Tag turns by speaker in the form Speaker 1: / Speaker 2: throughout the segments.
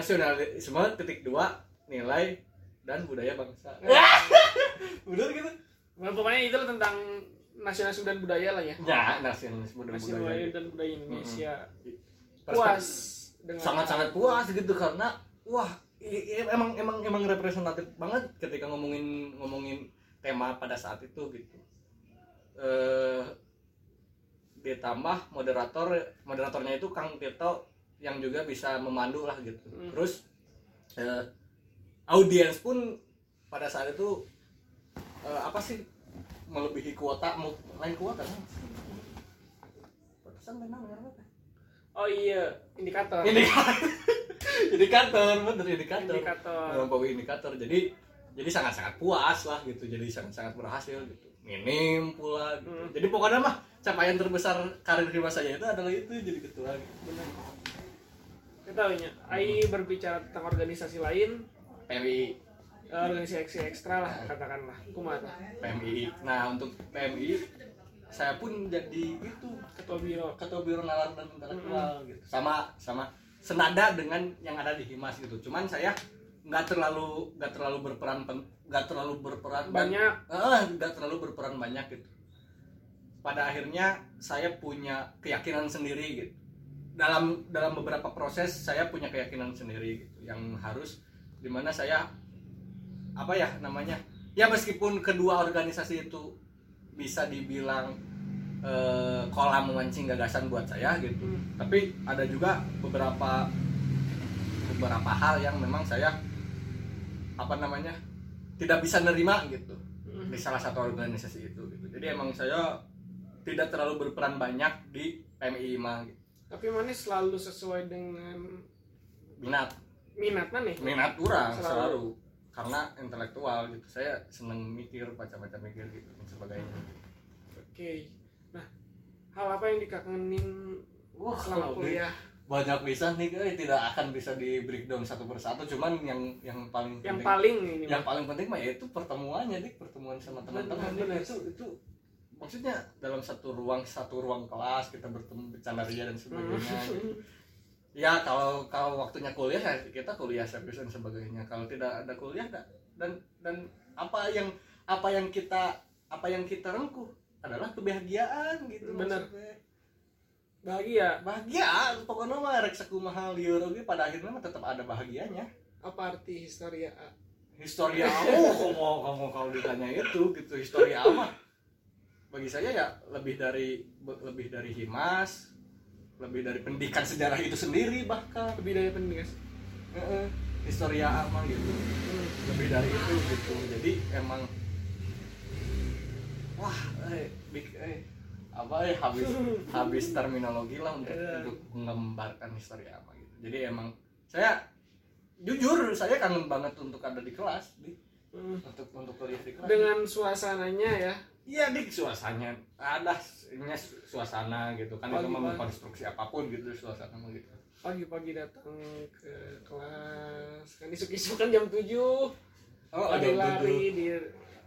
Speaker 1: nasionalisme titik dua nilai dan budaya bangsa. Udah gitu.
Speaker 2: Nah, pokoknya itu lah tentang nasionalisme dan budaya lah ya.
Speaker 1: Ya, nasionalisme dan budaya.
Speaker 2: Nasionalisme dan budaya Indonesia. Puas
Speaker 1: Perspektif-
Speaker 2: dengan
Speaker 1: Sangat-sangat puas gitu karena wah i- i- emang emang emang representatif banget ketika ngomongin ngomongin tema pada saat itu gitu. Eh ditambah moderator moderatornya itu Kang Tirto yang juga bisa memandu lah gitu.
Speaker 2: Hmm.
Speaker 1: Terus eh, audiens pun pada saat itu eh, apa sih melebihi kuota mau lain kuota kan? Pantesan menang ya, apa?
Speaker 2: Oh iya, indikator.
Speaker 1: indikator indikator kan- bener indikator
Speaker 2: Indikator.
Speaker 1: melampaui indikator jadi jadi sangat sangat puas lah gitu jadi sangat sangat berhasil gitu minim pula gitu.
Speaker 2: Hmm.
Speaker 1: jadi pokoknya mah capaian terbesar karir Rima saya itu adalah itu jadi ketua gitu.
Speaker 2: Benar. Kita punya. AI berbicara tentang organisasi lain,
Speaker 1: PMI
Speaker 2: eh, organisasi ekstra lah katakanlah. Kumata.
Speaker 1: PMI nah untuk PMI saya pun jadi itu
Speaker 2: Ketua Biro.
Speaker 1: ketua biro nalar dan
Speaker 2: Hmm.
Speaker 1: intelektual gitu sama sama senada dengan yang ada di Himas gitu cuman saya nggak terlalu nggak terlalu berperan pen- nggak terlalu berperan dan-
Speaker 2: Banyak
Speaker 1: eh nggak terlalu berperan banyak gitu pada akhirnya saya punya keyakinan sendiri gitu dalam dalam beberapa proses saya punya keyakinan sendiri gitu yang harus dimana saya apa ya namanya ya meskipun kedua organisasi itu bisa dibilang eh, kolam memancing gagasan buat saya gitu
Speaker 2: Hmm.
Speaker 1: tapi ada juga beberapa beberapa hal yang memang saya apa namanya tidak bisa nerima gitu
Speaker 2: Hmm.
Speaker 1: di salah satu organisasi itu gitu. Jadi emang saya tidak terlalu berperan banyak di PMI mah gitu.
Speaker 2: Tapi mana selalu sesuai dengan
Speaker 1: minat
Speaker 2: minat mana?
Speaker 1: minat orang
Speaker 2: Selalu.
Speaker 1: selalu. karena intelektual gitu. Saya seneng mikir baca-baca mikir gitu dan sebagainya.
Speaker 2: Oke. Nah, hal apa yang dikangenin
Speaker 1: Wah,
Speaker 2: selama kuliah
Speaker 1: banyak bisa nih eh, tidak akan bisa di breakdown satu persatu cuman yang yang paling
Speaker 2: yang
Speaker 1: penting-
Speaker 2: paling ini
Speaker 1: yang
Speaker 2: Bang.
Speaker 1: paling penting mah yaitu pertemuannya dik pertemuan sama teman-teman
Speaker 2: Benar, benar.
Speaker 1: Dik. itu itu maksudnya dalam satu ruang satu ruang kelas kita bertemu bercanda ria dan
Speaker 2: Nah,
Speaker 1: sebagainya
Speaker 2: Mm.
Speaker 1: gitu. ya kalau kalau waktunya kuliah ya kita kuliah service dan sebagainya kalau tidak ada kuliah da- dan dan apa yang apa yang kita apa yang kita rengkuh adalah kebahagiaan gitu
Speaker 2: Bener.
Speaker 1: maksudnya.
Speaker 2: bahagia
Speaker 1: bahagia pokoknya mah rek sakumaha lieu oge, pada akhirnya mah tetap ada bahagianya
Speaker 2: apa arti historia A?
Speaker 1: historia oh kamu kamu kalau ditanya itu gitu historia apa bagi saya ya lebih dari lebih dari himas lebih dari pendidikan sejarah itu sendiri bahkan
Speaker 2: lebih dari pendidikan
Speaker 1: Heeh, historia apa gitu
Speaker 2: Hmm.
Speaker 1: lebih dari itu gitu jadi emang wah eh, big eh apa eh habis habis terminologi lah untuk,
Speaker 2: Iya.
Speaker 1: untuk menggambarkan histori apa gitu jadi emang saya jujur saya kangen banget untuk ada di kelas di
Speaker 2: Hmm.
Speaker 1: untuk untuk kuliah di kelas
Speaker 2: dengan suasananya ya
Speaker 1: Iya dik suasananya ada nya suasana gitu kan itu
Speaker 2: Pagi-pagi.
Speaker 1: memang konstruksi apapun gitu suasana mah gitu
Speaker 2: pagi-pagi datang ke kelas kan isuk-isuk kan jam 7
Speaker 1: oh
Speaker 2: lari-lari di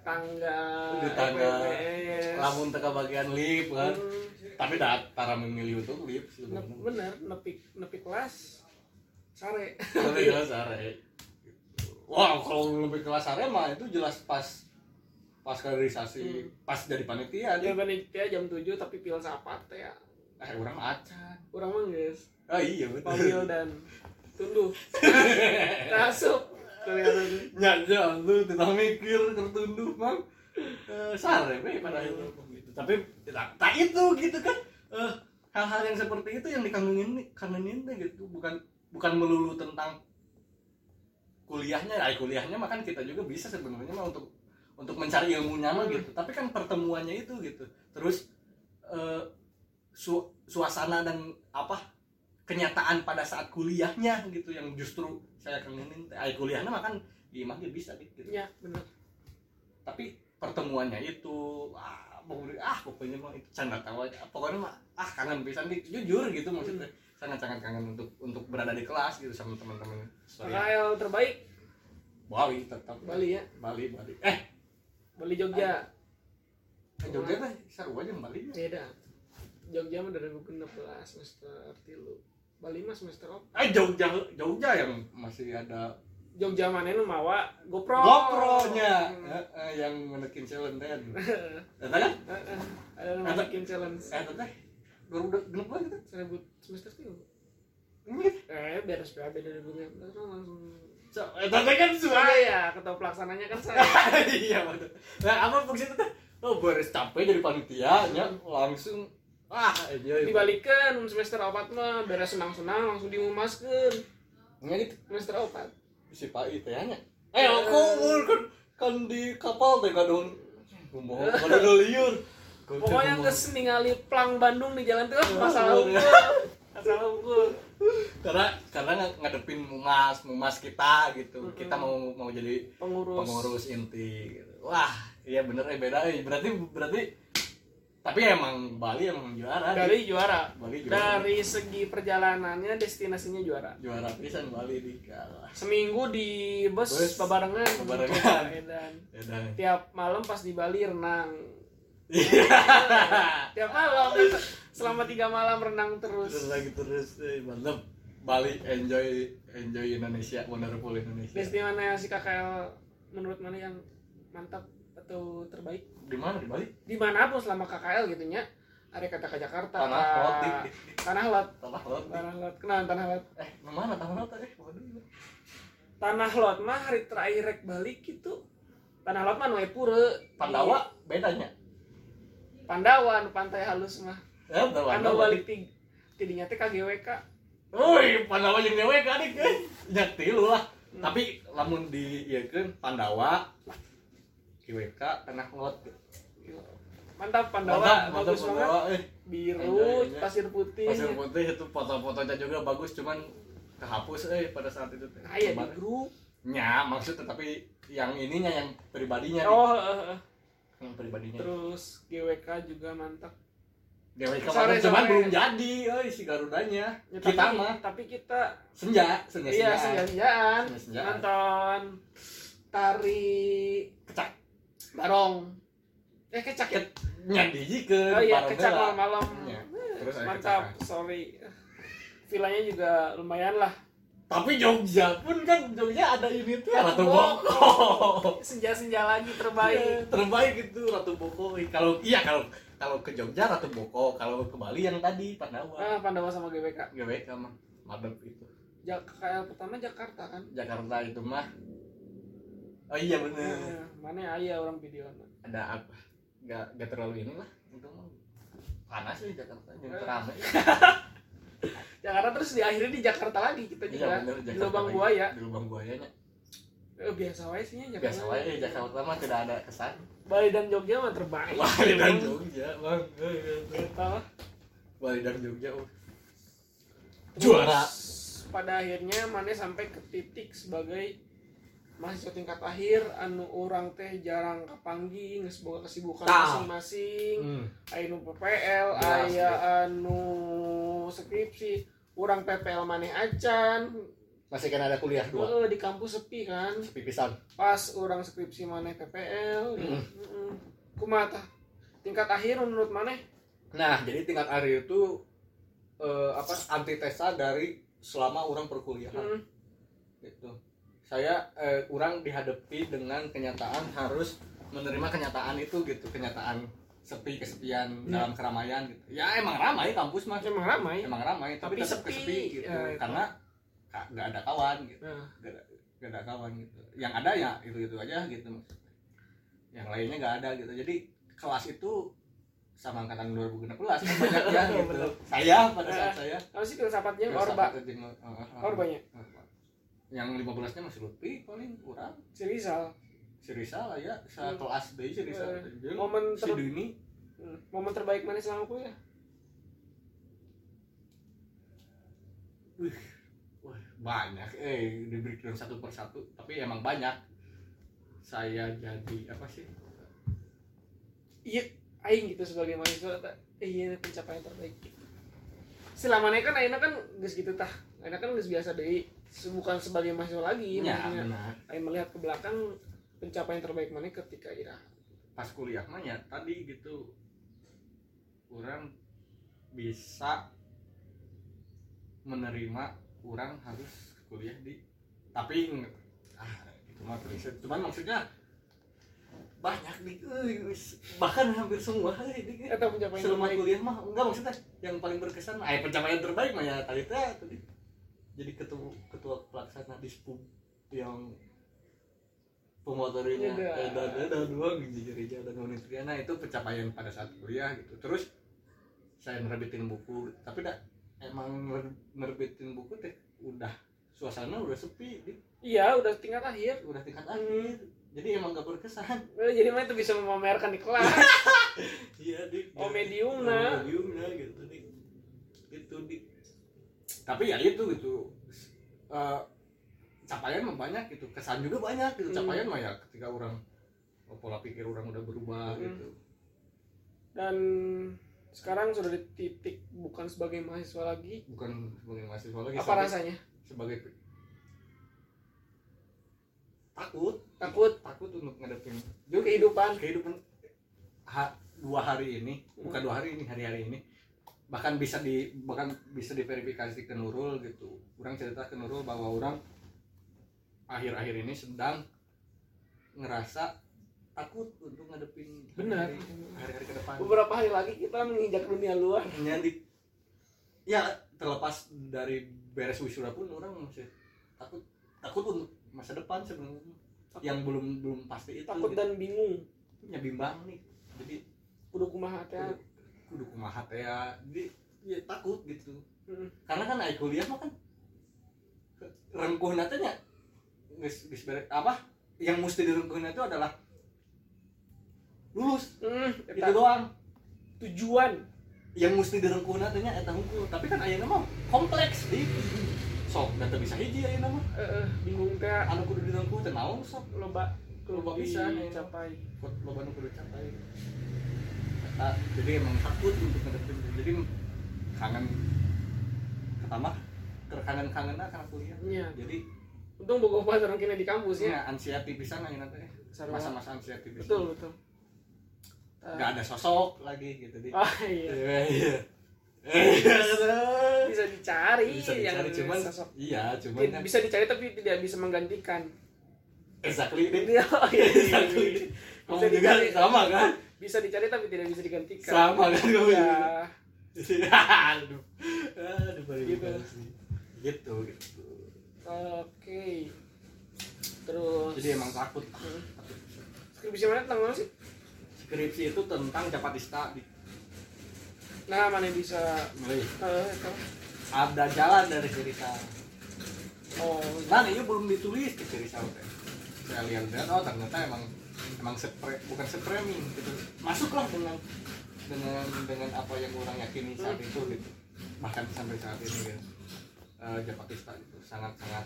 Speaker 2: tangga
Speaker 1: Di tangga.
Speaker 2: FWS.
Speaker 1: lamun teka bagian lift kan
Speaker 2: Hmm.
Speaker 1: tapi dah para memilih untuk lift
Speaker 2: Nep,
Speaker 1: sebenarnya
Speaker 2: bener nepi nepi kelas sare
Speaker 1: Tapi kelas area. ya. Wah, kalau lebih kelas area mah itu jelas pas pas kaderisasi, pas jadi panitia
Speaker 2: ya
Speaker 1: dia.
Speaker 2: panitia jam 7 tapi filsafat ya
Speaker 1: Eh, orang acan.
Speaker 2: orang mah geus
Speaker 1: Ah iya betul.
Speaker 2: Pamil dan tunduh Tasup kelihatan
Speaker 1: Nyanja lu tidak mikir tertunduk, Bang. Eh, sare we pada itu gitu. Tapi tak tak itu gitu kan. Eh, hal-hal yang seperti itu yang dikangenin kangenin teh gitu, bukan bukan melulu tentang kuliahnya, ay kuliahnya mah kan kita juga bisa sebenarnya mah untuk untuk mencari ilmunya mah gitu. Tapi kan pertemuannya itu gitu. Terus eh, su- suasana dan apa kenyataan pada saat kuliahnya gitu yang justru saya kangenin. teh. Ay kuliahnya mah kan di imah ge bisa dikit
Speaker 2: ya bener
Speaker 1: tapi pertemuannya itu ah, pokoknya- ah pokoknya mah itu canda tawa aja. pokoknya mah ah kangen pisan Dik. jujur gitu maksudnya sangat sangat kangen untuk untuk berada di kelas gitu sama teman-teman saya
Speaker 2: KL terbaik
Speaker 1: Bali tetap
Speaker 2: Bali ya
Speaker 1: Bali Bali eh
Speaker 2: Bali Jogja
Speaker 1: ke Jogja
Speaker 2: Iya.
Speaker 1: teh seru aja Bali
Speaker 2: beda Jogja mah 2016 semester tilu Bali mah semester op.
Speaker 1: eh Jogja Jogja yang masih ada
Speaker 2: Jogja mana nu mawa GoPro.
Speaker 1: GoPro-nya
Speaker 2: Hmm.
Speaker 1: Eh, eh, yang menekin selenden eta kan
Speaker 2: Heeh. Ada nu bikin challenge
Speaker 1: eta teh 2006 lah gitu
Speaker 2: seribu semester tilu.
Speaker 1: Ingat.
Speaker 2: Eh, beres PAB dari bunga. Terus langsung
Speaker 1: So, eta teh kan suara
Speaker 2: saya ketua pelaksananya kan saya.
Speaker 1: iya betul nah apa fungsi itu teh oh beres capek dari panitia nya langsung ah enjoy
Speaker 2: Dibalikkan semester opat mah beres senang-senang langsung dimumaskeun.
Speaker 1: nya gitu
Speaker 2: Semester opat.
Speaker 1: si Pak I teh nya eh aku kan kan di kapal teh kadon ngomong kada liur
Speaker 2: Pokoknya geus ningali Plang Bandung di jalan terus masalah
Speaker 1: Masalah.
Speaker 2: unggul. Masalah unggul.
Speaker 1: karena karena nge- ngadepin mumas mumas kita gitu
Speaker 2: Mm-mm.
Speaker 1: kita mau mau jadi
Speaker 2: Pengurus.
Speaker 1: pengurus inti gitu. wah iya bener eh beda eh. berarti berarti tapi emang Bali emang juara
Speaker 2: Dari
Speaker 1: di-
Speaker 2: juara.
Speaker 1: Bali juara
Speaker 2: Dari segi perjalanannya destinasinya juara.
Speaker 1: juara pisan Bali di kalah
Speaker 2: Seminggu di bus,
Speaker 1: Bus.
Speaker 2: bebarengan.
Speaker 1: Bebarengan.
Speaker 2: Edan.
Speaker 1: Edan.
Speaker 2: Tiap malam pas di Bali renang.
Speaker 1: Iya.
Speaker 2: Tiap malam selama tiga malam renang
Speaker 1: terus
Speaker 2: terus.
Speaker 1: lagi terus eh, mantep Bali enjoy enjoy Indonesia wonderful Indonesia
Speaker 2: Desti mana si KKL menurut mana yang mantap atau terbaik?
Speaker 1: di mana di Bali
Speaker 2: Dimanapun selama KKL gitu nya. Ada kata ke Jakarta.
Speaker 1: Tanah Lot, di- di-
Speaker 2: Tanah lot.
Speaker 1: tanah laut di-
Speaker 2: Tanah lot. Kenal tanah lot.
Speaker 1: eh di mana tanah laut eh waduh
Speaker 2: Tanah lot mah hari terakhir rek balik gitu. Tanah lot mah nu aya pura.
Speaker 1: Pandawa bedanya
Speaker 2: Pandawan pantai halus mah.
Speaker 1: ya
Speaker 2: Kan nu balik ti tidinya teh KGWK.
Speaker 1: Woi, Pandawa jeung dewe ka adik euy. Nya tilu lah.
Speaker 2: Hmm.
Speaker 1: Tapi lamun di ieu Pandawa GWK tanah lot. Mantap,
Speaker 2: Mantap Pandawa,
Speaker 1: mantap
Speaker 2: bagus banget.
Speaker 1: Pandawa euy.
Speaker 2: Biru,
Speaker 1: Enjoy-nya.
Speaker 2: pasir putih.
Speaker 1: Pasir putih itu foto-fotonya juga bagus cuman kehapus euy pada saat itu. teh.
Speaker 2: Nah, ya di
Speaker 1: Cuman-
Speaker 2: grup.
Speaker 1: Nya, maksud tetapi yang ininya yang pribadinya.
Speaker 2: Oh, eh,
Speaker 1: Iya.
Speaker 2: eh.
Speaker 1: Yang pribadinya.
Speaker 2: terus GWK juga mantap.
Speaker 1: GWK
Speaker 2: Sore,
Speaker 1: kemarin cuman
Speaker 2: sore.
Speaker 1: belum jadi euy si Garudanya.
Speaker 2: Ya,
Speaker 1: Kita
Speaker 2: tapi,
Speaker 1: mah
Speaker 2: Tapi kita
Speaker 1: senja, senja
Speaker 2: iya senja-senjaan
Speaker 1: Senja-senjaan.
Speaker 2: nonton tari
Speaker 1: Kecak.
Speaker 2: barong. Eh kecak ya?
Speaker 1: Nya dijikeun.
Speaker 2: Oh iya
Speaker 1: bareng
Speaker 2: kecak
Speaker 1: heula.
Speaker 2: malam-malam.
Speaker 1: Nya. Terus ada
Speaker 2: Mantap,
Speaker 1: kecakan.
Speaker 2: sorry. Vilanya juga lumayan lah.
Speaker 1: Tapi Jogja pun kan Jogja ada ini tuh Ratu Boko. Iya,
Speaker 2: Boko. Senja-senja lagi terbaik.
Speaker 1: Terbaik itu Ratu Boko. Kalau iya kalau kalau ke Jogja Ratu Boko, kalau ke Bali yang tadi Pandawa.
Speaker 2: Ah, Pandawa sama GWK.
Speaker 1: GWK mah madep itu.
Speaker 2: Ja- KKL pertama Jakarta kan?
Speaker 1: Jakarta itu mah. Oh iya bener.
Speaker 2: Nah, mana ayah orang video
Speaker 1: Ada apa? Gak, gak terlalu ini lah itu mah. Panas sih Jakarta yang
Speaker 2: Eh.
Speaker 1: terame.
Speaker 2: Jakarta terus di akhirnya di Jakarta lagi kita
Speaker 1: Iya
Speaker 2: juga
Speaker 1: bener
Speaker 2: di
Speaker 1: Jakarta.
Speaker 2: lubang
Speaker 1: lagi.
Speaker 2: buaya
Speaker 1: Di lubang buayanya.
Speaker 2: Eh, biasa wae sih ya Jakarta.
Speaker 1: Biasa aja Jakarta mah tidak ada kesan. Iya, kan?
Speaker 2: Bali dan Jogja mah terbaik. Gitu.
Speaker 1: Bali dan Jogja, Bang.
Speaker 2: iya, Eta lah.
Speaker 1: Bali dan Jogja. oh.
Speaker 2: Terus,
Speaker 1: Juara.
Speaker 2: Pada akhirnya mana sampai ke titik sebagai mahasiswa tingkat akhir anu orang teh jarang kapanggih geus boga kesibukan
Speaker 1: Tah.
Speaker 2: masing-masing. Aya nu PPL,
Speaker 1: Jelas,
Speaker 2: aya anu skripsi, orang PPL maneh acan.
Speaker 1: Masih kan ada kuliah dua.
Speaker 2: Heeh, di kampus sepi kan.
Speaker 1: Pipisan.
Speaker 2: pas orang skripsi maneh PPL
Speaker 1: Mm.
Speaker 2: mm kumata tingkat akhir menurut maneh
Speaker 1: Nah, jadi tingkat akhir itu eh, apa antitesa dari selama orang perkuliahan
Speaker 2: mm,
Speaker 1: gitu. Saya eh, orang dihadapi dengan kenyataan harus menerima kenyataan itu gitu, kenyataan sepi kesepian
Speaker 2: Iya.
Speaker 1: dalam keramaian gitu. Ya emang ramai kampus mah,
Speaker 2: emang ramai
Speaker 1: emang ramai tapi,
Speaker 2: Tapi
Speaker 1: tetap
Speaker 2: sepi.
Speaker 1: kesepi gitu
Speaker 2: Ya, itu.
Speaker 1: karena ka- nggak ada kawan gitu.
Speaker 2: nah,
Speaker 1: gak ada kawan gitu yang ada ya itu itu aja gitu maksudnya. yang lainnya gak ada gitu jadi kelas itu sama angkatan 2016 kan banyak ya gitu
Speaker 2: Bener.
Speaker 1: saya pada
Speaker 2: Eh,
Speaker 1: saat saya
Speaker 2: apa sih filsafatnya
Speaker 1: kelas
Speaker 2: orba
Speaker 1: satu ke jeng- eh, eh, eh,
Speaker 2: orbanya
Speaker 1: orba. yang 15 nya masih Lutfi paling kurang
Speaker 2: si Rizal
Speaker 1: si Risa lah ya sa
Speaker 2: Hmm.
Speaker 1: kelas deh si Risa
Speaker 2: Eh,
Speaker 1: Jeung
Speaker 2: momen
Speaker 1: si
Speaker 2: ter-
Speaker 1: Dini
Speaker 2: Mm, momen terbaik maneh selama kuliah
Speaker 1: Wah, banyak eh di breakdown satu persatu tapi emang banyak saya jadi apa sih
Speaker 2: iya aing gitu sebagai mahasiswa ta, eh, iya pencapaian terbaik gitu. selama maneh kan aina kan geus gitu tah aina kan geus biasa deui bukan sebagai mahasiswa lagi
Speaker 1: ya
Speaker 2: maksudnya.
Speaker 1: benar
Speaker 2: aing melihat ke belakang pencapaian terbaik maneh ketika ira
Speaker 1: pas kuliah mah ya tadi gitu orang bisa menerima kurang harus kuliah di tapi ah itu mah prinsip cuman maksudnya banyak nih euy, bahkan hampir semua euy, di- eh,
Speaker 2: atau pencapaian
Speaker 1: selama
Speaker 2: terbaik.
Speaker 1: kuliah mah enggak maksudnya yang paling berkesan mah, eh pencapaian terbaik mah ya tadi teh tadi jadi ketua ketua pelaksana di SPUB yang pemotorinya
Speaker 2: Yaudah.
Speaker 1: eh, dan dan doang gitu Rija dan Unitriana itu pencapaian pada saat kuliah gitu terus saya nerbitin buku tapi dah emang ner- nerbitin buku teh udah suasana udah sepi Dik.
Speaker 2: iya udah tingkat akhir
Speaker 1: udah tingkat akhir jadi emang gak berkesan
Speaker 2: Eh, jadi mana tuh bisa memamerkan di kelas
Speaker 1: iya dik
Speaker 2: oh mediumna
Speaker 1: mediumnya gitu dik itu dik tapi ya itu gitu Eh capaian mah banyak gitu kesan juga banyak gitu
Speaker 2: Hmm.
Speaker 1: capaian mah ya ketika orang oh, pola pikir orang udah berubah
Speaker 2: Hmm.
Speaker 1: gitu
Speaker 2: dan sekarang sudah di titik bukan sebagai mahasiswa lagi
Speaker 1: bukan sebagai mahasiswa lagi
Speaker 2: apa
Speaker 1: sebagai-
Speaker 2: rasanya
Speaker 1: sebagai pe- takut
Speaker 2: takut
Speaker 1: takut untuk ngadepin
Speaker 2: kehidupan
Speaker 1: kehidupan ha- dua hari ini bukan dua hari ini hari-hari ini bahkan bisa di bahkan bisa diverifikasi ke Nurul gitu orang cerita ke Nurul bahwa orang akhir-akhir ini sedang ngerasa takut untuk ngadepin
Speaker 2: benar
Speaker 1: hari- hari-hari ke depan
Speaker 2: beberapa hari lagi kita menginjak dunia luar
Speaker 1: hanya di ya terlepas dari beres wisuda pun orang masih takut takut untuk masa depan sebenarnya
Speaker 2: Takut.
Speaker 1: yang belum belum pasti itu
Speaker 2: takut
Speaker 1: gitu.
Speaker 2: dan bingung
Speaker 1: ya bimbang nih jadi
Speaker 2: kudu kumaha teh
Speaker 1: kudu, kudu kumaha teh ya jadi ya takut gitu
Speaker 2: Mm.
Speaker 1: karena kan aing kuliah mah kan rengkuhna teh nya geus geus bere- apa yang mesti direngkuhna itu adalah lulus
Speaker 2: Hmm,
Speaker 1: itu
Speaker 2: eta
Speaker 1: doang
Speaker 2: tujuan
Speaker 1: yang mesti direngkuhna teh nya eta hukum tapi kan ayeuna mah kompleks di sok da teu bisa hiji ayeuna mah
Speaker 2: Eh, eh, bingung teh
Speaker 1: anu kudu direngkuh teh naon sok
Speaker 2: loba
Speaker 1: Loba
Speaker 2: loba
Speaker 1: pisan,
Speaker 2: bisa
Speaker 1: ya.
Speaker 2: capai
Speaker 1: buat lo baru kudu capai Eta, jadi emang takut untuk ngadepin jadi kangen pertama terkangen kangen karena kuliah
Speaker 2: Iya.
Speaker 1: jadi
Speaker 2: untung boga obat orang kena di kampus ya
Speaker 1: ya ansiati bisa nggak nanti
Speaker 2: Sarua.
Speaker 1: masa-masa ansiati bisa
Speaker 2: betul betul Eh,
Speaker 1: nggak ada sosok lagi gitu di
Speaker 2: ah iya
Speaker 1: Iya, iya. Iya.
Speaker 2: bisa dicari
Speaker 1: bisa dicari
Speaker 2: yang
Speaker 1: cuman
Speaker 2: iya, sosok.
Speaker 1: iya cuman
Speaker 2: Tidak bisa dicari tapi tidak bisa menggantikan
Speaker 1: exactly ini
Speaker 2: Iya, iya, iya, iya.
Speaker 1: exactly kamu
Speaker 2: Bisa
Speaker 1: juga
Speaker 2: dicari. Iya.
Speaker 1: sama kan
Speaker 2: bisa dicari tapi tidak bisa digantikan
Speaker 1: sama kan kamu juga
Speaker 2: ya
Speaker 1: aduh aduh
Speaker 2: Gitu.
Speaker 1: verifikasi gitu gitu
Speaker 2: oke terus
Speaker 1: jadi emang takut
Speaker 2: Hmm. skripsi mana tentang mana sih
Speaker 1: skripsi itu tentang Japatista di
Speaker 2: nah mana bisa
Speaker 1: Wih,
Speaker 2: eh, itu.
Speaker 1: ada jalan dari cerita
Speaker 2: oh
Speaker 1: dan ini Nah, iya, belum ditulis ke cerita teh saya lihat lihat oh ternyata emang emang sepre bukan sepreming gitu masuklah dengan dengan dengan apa yang orang yakini saat itu gitu bahkan sampai saat ini gitu. Eh, Japatista itu sangat sangat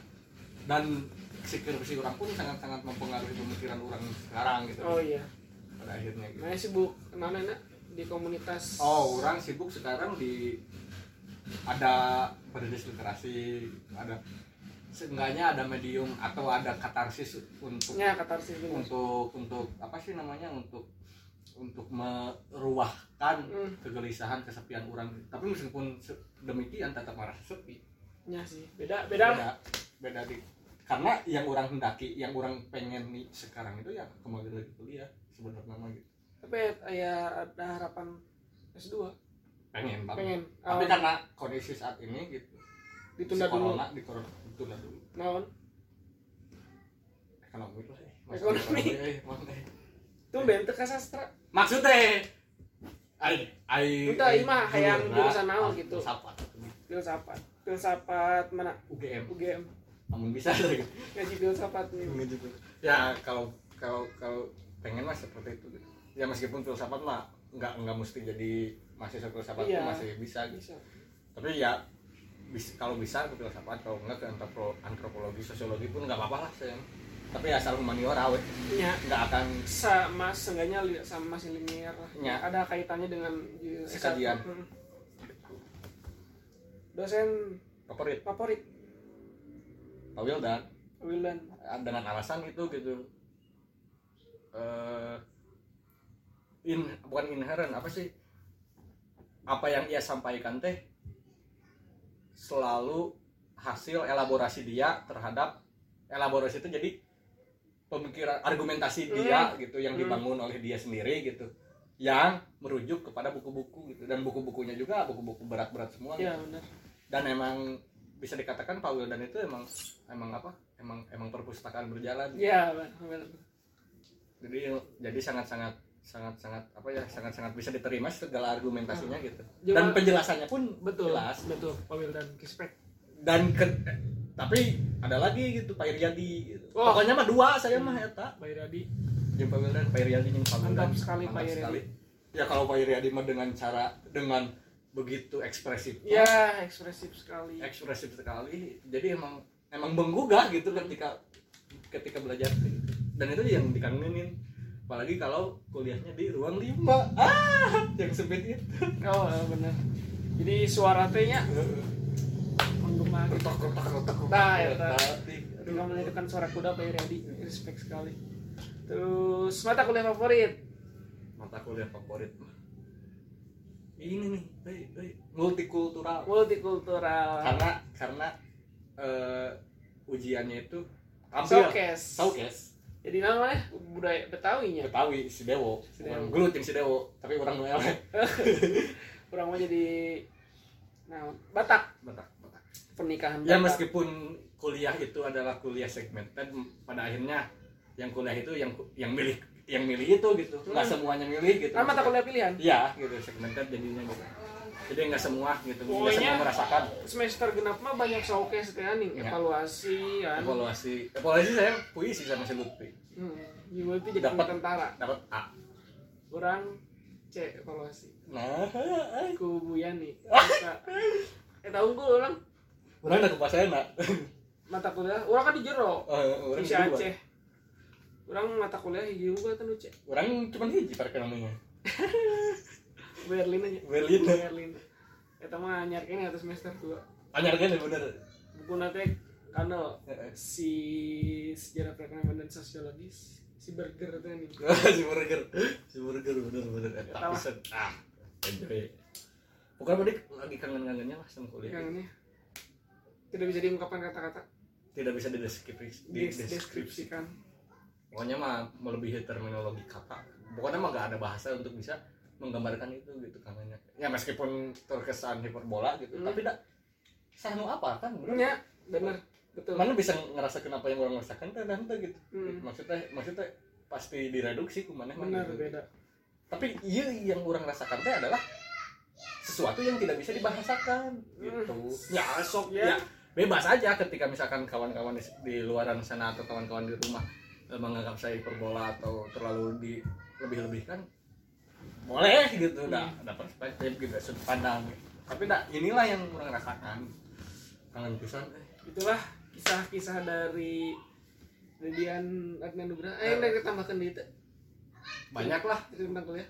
Speaker 1: dan skripsi orang pun sangat sangat mempengaruhi pemikiran orang sekarang gitu
Speaker 2: oh iya Nah,
Speaker 1: pada akhirnya gitu.
Speaker 2: mana sibuk mana nak di komunitas
Speaker 1: Oh, orang sibuk sekarang di ada berjenis literasi, ada seenggaknya ada medium atau ada katarsis untuk
Speaker 2: ya katarsis dulu
Speaker 1: untuk untuk apa sih namanya untuk untuk meruahkan
Speaker 2: Hmm,
Speaker 1: kegelisahan kesepian orang. Tapi meskipun se- demikian tetap merasa sepi.
Speaker 2: ya sih beda beda lah.
Speaker 1: Beda, beda di karena yang orang hendaki, yang orang pengen nih sekarang itu ya kembali lagi kuliah sebenarnya mah gitu.
Speaker 2: tapi ya ada harapan S2
Speaker 1: Pengen banget.
Speaker 2: pengen
Speaker 1: Tapi kan
Speaker 2: Um,
Speaker 1: karena kondisi saat ini gitu
Speaker 2: ditunda dulu
Speaker 1: corona, di corona ditunda dulu
Speaker 2: naon
Speaker 1: ekonomi lah eh.
Speaker 2: Ekonomi.
Speaker 1: eh, maksudnya eh.
Speaker 2: tuh benteng ke sastra
Speaker 1: maksudnya ai ai
Speaker 2: Entah,
Speaker 1: ai-
Speaker 2: ini mah hayang
Speaker 1: jurna,
Speaker 2: jurusan naon
Speaker 1: ah,
Speaker 2: gitu.
Speaker 1: filsafat
Speaker 2: filsafat filsafat mana
Speaker 1: UGM
Speaker 2: UGM
Speaker 1: namun bisa lagi
Speaker 2: ngaji filsafat nih
Speaker 1: ya kalau kalau kalau pengen mah seperti itu gitu. ya meskipun filsafat mah nggak nggak mesti jadi mahasiswa filsafat
Speaker 2: Iya.
Speaker 1: pun masih bisa gitu
Speaker 2: bisa
Speaker 1: tapi ya bis- kalau bisa ke filsafat kalau enggak ke antropo- antropologi sosiologi pun nggak apa-apa lah sayang tapi asal humaniora we.
Speaker 2: ya
Speaker 1: nggak akan
Speaker 2: sama seenggaknya li- sama masih linear lah
Speaker 1: Ya.
Speaker 2: ada kaitannya dengan ju-
Speaker 1: Sekalian.
Speaker 2: S1. Hmm. dosen
Speaker 1: favorit ya,
Speaker 2: favorit
Speaker 1: Pak Wildan
Speaker 2: Wildan
Speaker 1: Ah, dengan alasan itu gitu eh in bukan inherent apa sih apa yang ia sampaikan teh selalu hasil elaborasi dia terhadap elaborasi itu jadi pemikiran argumentasi dia gitu yang
Speaker 2: Hmm.
Speaker 1: dibangun oleh dia sendiri gitu yang merujuk kepada buku-buku gitu dan buku-bukunya juga buku-buku berat-berat semua
Speaker 2: Iya benar.
Speaker 1: dan emang bisa dikatakan Paul dan itu emang emang apa emang emang perpustakaan berjalan
Speaker 2: Iya benar.
Speaker 1: jadi jadi sangat sangat sangat sangat apa ya sangat sangat bisa diterima segala argumentasinya gitu
Speaker 2: Ah. Cuma-
Speaker 1: dan penjelasannya pun
Speaker 2: Betul.
Speaker 1: jelas
Speaker 2: Betul. Pamil dan respect.
Speaker 1: dan ke- tapi ada lagi gitu Pak Iryadi gitu.
Speaker 2: Wah.
Speaker 1: pokoknya mah dua saya mah eta
Speaker 2: Pak Iradi.
Speaker 1: jeung Pak Wildan Pak Iryadi jeung Pak
Speaker 2: Mantap
Speaker 1: Wildan.
Speaker 2: sekali,
Speaker 1: Mantap
Speaker 2: Pak Iryadi.
Speaker 1: sekali. ya kalau Pak Iryadi mah dengan cara dengan begitu ekspresif
Speaker 2: Ya ekspresif sekali.
Speaker 1: ekspresif sekali jadi emang emang menggugah gitu ketika ketika belajar dan itu yang dikangenin apalagi kalau kuliahnya di ruang lima ah yang sempit itu
Speaker 2: Oh eh, benar. Jadi suara tehnya menggema gitu.
Speaker 1: kertok kertok kertok
Speaker 2: Nah, ya,
Speaker 1: kertok.
Speaker 2: Dengan mendengarkan suara kuda Pak Iradi. Respect sekali. Terus mata kuliah favorit.
Speaker 1: mata kuliah favorit mah. ini nih eh, eh, multikultural
Speaker 2: Multikultural.
Speaker 1: karena karena eh, ujiannya itu tampil
Speaker 2: Showcase.
Speaker 1: showcase
Speaker 2: Jadi namanya budaya Betawinya.
Speaker 1: Betawi si Dewo
Speaker 2: Si Dewo. Iya.
Speaker 1: orang gelut yang si Dewo tapi orang Noel
Speaker 2: Kurang mau jadi nah Batak
Speaker 1: Batak Batak
Speaker 2: pernikahan
Speaker 1: ya
Speaker 2: Batak.
Speaker 1: meskipun kuliah itu adalah kuliah segmented pada akhirnya yang kuliah itu yang yang milih yang milih itu gitu nggak
Speaker 2: Hmm.
Speaker 1: semuanya milih gitu
Speaker 2: Nah, mata kuliah pilihan.
Speaker 1: ya gitu segmented jadinya gitu jadi nggak semua gitu nggak
Speaker 2: Pokoknya-
Speaker 1: semua merasakan
Speaker 2: semester genap mah banyak showcase teh aning
Speaker 1: Iya.
Speaker 2: evaluasi kan
Speaker 1: evaluasi evaluasi saya puisi sama si Lutfi
Speaker 2: hmm. Jiwa itu jadi
Speaker 1: Dapat.
Speaker 2: tentara
Speaker 1: dapat A
Speaker 2: orang C evaluasi
Speaker 1: nah
Speaker 2: ku Bu Yani Eta- eta unggul orang
Speaker 1: orang udah kepasain nak
Speaker 2: mata kuliah orang kan di jero
Speaker 1: Eh, orang
Speaker 2: di
Speaker 1: kedua.
Speaker 2: Aceh orang mata kuliah kan hiji unggul atau nu C
Speaker 1: orang cuma hiji perekonomiannya
Speaker 2: Berlin aja
Speaker 1: Berlin.
Speaker 2: Berlin eta mah nyarkeun atas semester 2
Speaker 1: anyar kan ya bener
Speaker 2: buku nate kano
Speaker 1: Heeh.
Speaker 2: si sejarah perekonomian dan sosiologis si burger teh nih
Speaker 1: si burger si burger bener bener
Speaker 2: Eta
Speaker 1: tapi
Speaker 2: mah.
Speaker 1: sen ah enjoy bukan berarti lagi kangen kangennya lah sama kuliah
Speaker 2: kangennya tidak bisa diungkapkan kata-kata
Speaker 1: tidak bisa dideskripsi dideskripsi
Speaker 2: deskripsikan
Speaker 1: pokoknya mah melebihi terminologi kata pokoknya mah gak ada bahasa untuk bisa menggambarkan itu gitu kangennya ya meskipun terkesan hiperbola gitu
Speaker 2: Hmm.
Speaker 1: tapi dak saya mau apa kan bener
Speaker 2: ya benar betul
Speaker 1: mana bisa ngerasakan apa yang orang rasakan teh dan teh gitu
Speaker 2: Hmm.
Speaker 1: maksudnya maksudnya pasti direduksi kumana mah
Speaker 2: benar
Speaker 1: gitu.
Speaker 2: beda
Speaker 1: tapi iya yang orang rasakan teh adalah sesuatu yang tidak bisa dibahasakan gitu ya sok
Speaker 2: Ya.
Speaker 1: ya bebas aja ketika misalkan kawan-kawan di, di luaran sana atau kawan-kawan di rumah eh, menganggap saya hiperbola atau terlalu di lebih-lebihkan boleh gitu udah ada perspektif gitu sudut pandang tapi nah, inilah yang kurang rasakan kangen pisan eh.
Speaker 2: itulah kisah-kisah dari Radian Adnan Nugra eh udah ketambahkan di itu
Speaker 1: banyak lah
Speaker 2: tentang kuliah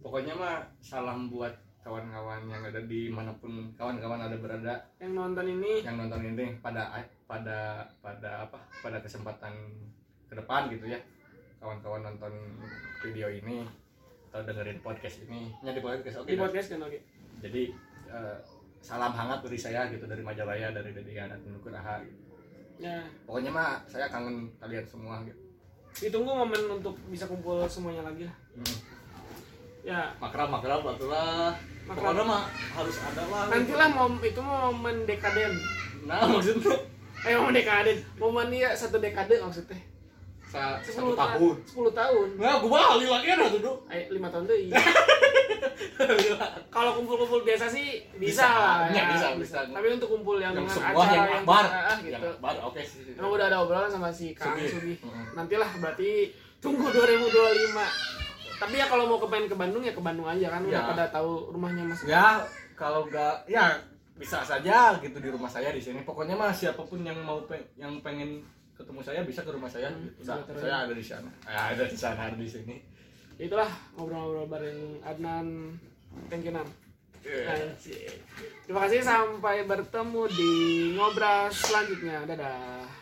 Speaker 1: pokoknya mah salam buat kawan-kawan yang ada di manapun kawan-kawan ada berada
Speaker 2: yang nonton ini
Speaker 1: yang nonton ini pada pada pada apa pada kesempatan ke depan gitu ya kawan-kawan nonton video ini atau dengerin podcast ini ya di podcast oke
Speaker 2: di
Speaker 1: dah.
Speaker 2: podcast kan oke
Speaker 1: jadi eh, salam hangat dari saya gitu dari Majalaya dari Dedian dan Nugraha gitu.
Speaker 2: ya
Speaker 1: pokoknya mah saya kangen kalian semua gitu
Speaker 2: ditunggu momen untuk bisa kumpul semuanya lagi lah
Speaker 1: hmm.
Speaker 2: ya
Speaker 1: makram makram atulah
Speaker 2: Makram.
Speaker 1: pokoknya mah harus ada lah
Speaker 2: nantilah mom itu mah momen dekaden
Speaker 1: nah maksudnya
Speaker 2: eh momen dekaden momen ya satu dekade maksudnya
Speaker 1: sa- satu
Speaker 2: Sepuluh ta-
Speaker 1: tahun
Speaker 2: sepuluh tahun
Speaker 1: nah gue balik lagi ada tuh
Speaker 2: Ay, lima tahun tuh iya. Kalau kumpul-kumpul biasa sih bisa,
Speaker 1: Bisa,
Speaker 2: lah
Speaker 1: ya, bisa, bisa.
Speaker 2: Tapi untuk kumpul yang,
Speaker 1: yang
Speaker 2: dengan
Speaker 1: sebuah yang akbar
Speaker 2: kita, ah, gitu.
Speaker 1: yang akbar oke sih sih, sih.
Speaker 2: Emang udah ada obrolan sama si Kang
Speaker 1: Sugi.
Speaker 2: Sugi.
Speaker 1: Mm-mm.
Speaker 2: Nantilah berarti tunggu 2025. Tapi ya kalau mau ke main ke Bandung ya ke Bandung aja kan udah
Speaker 1: Ya.
Speaker 2: pada tahu rumahnya Mas.
Speaker 1: ya kalau nggak ya bisa saja gitu di rumah saya di sini pokoknya mah siapapun yang mau pe- yang pengen ketemu saya bisa ke rumah saya
Speaker 2: Hmm,
Speaker 1: gitu. Nah,
Speaker 2: betul.
Speaker 1: saya ada di sana Eh, ada di sana ada di sini
Speaker 2: Itulah ngobrol-ngobrol bareng Adnan Tengkinan. Nah,
Speaker 1: Iya.
Speaker 2: Terima kasih sampai bertemu di ngobrol selanjutnya. Dadah.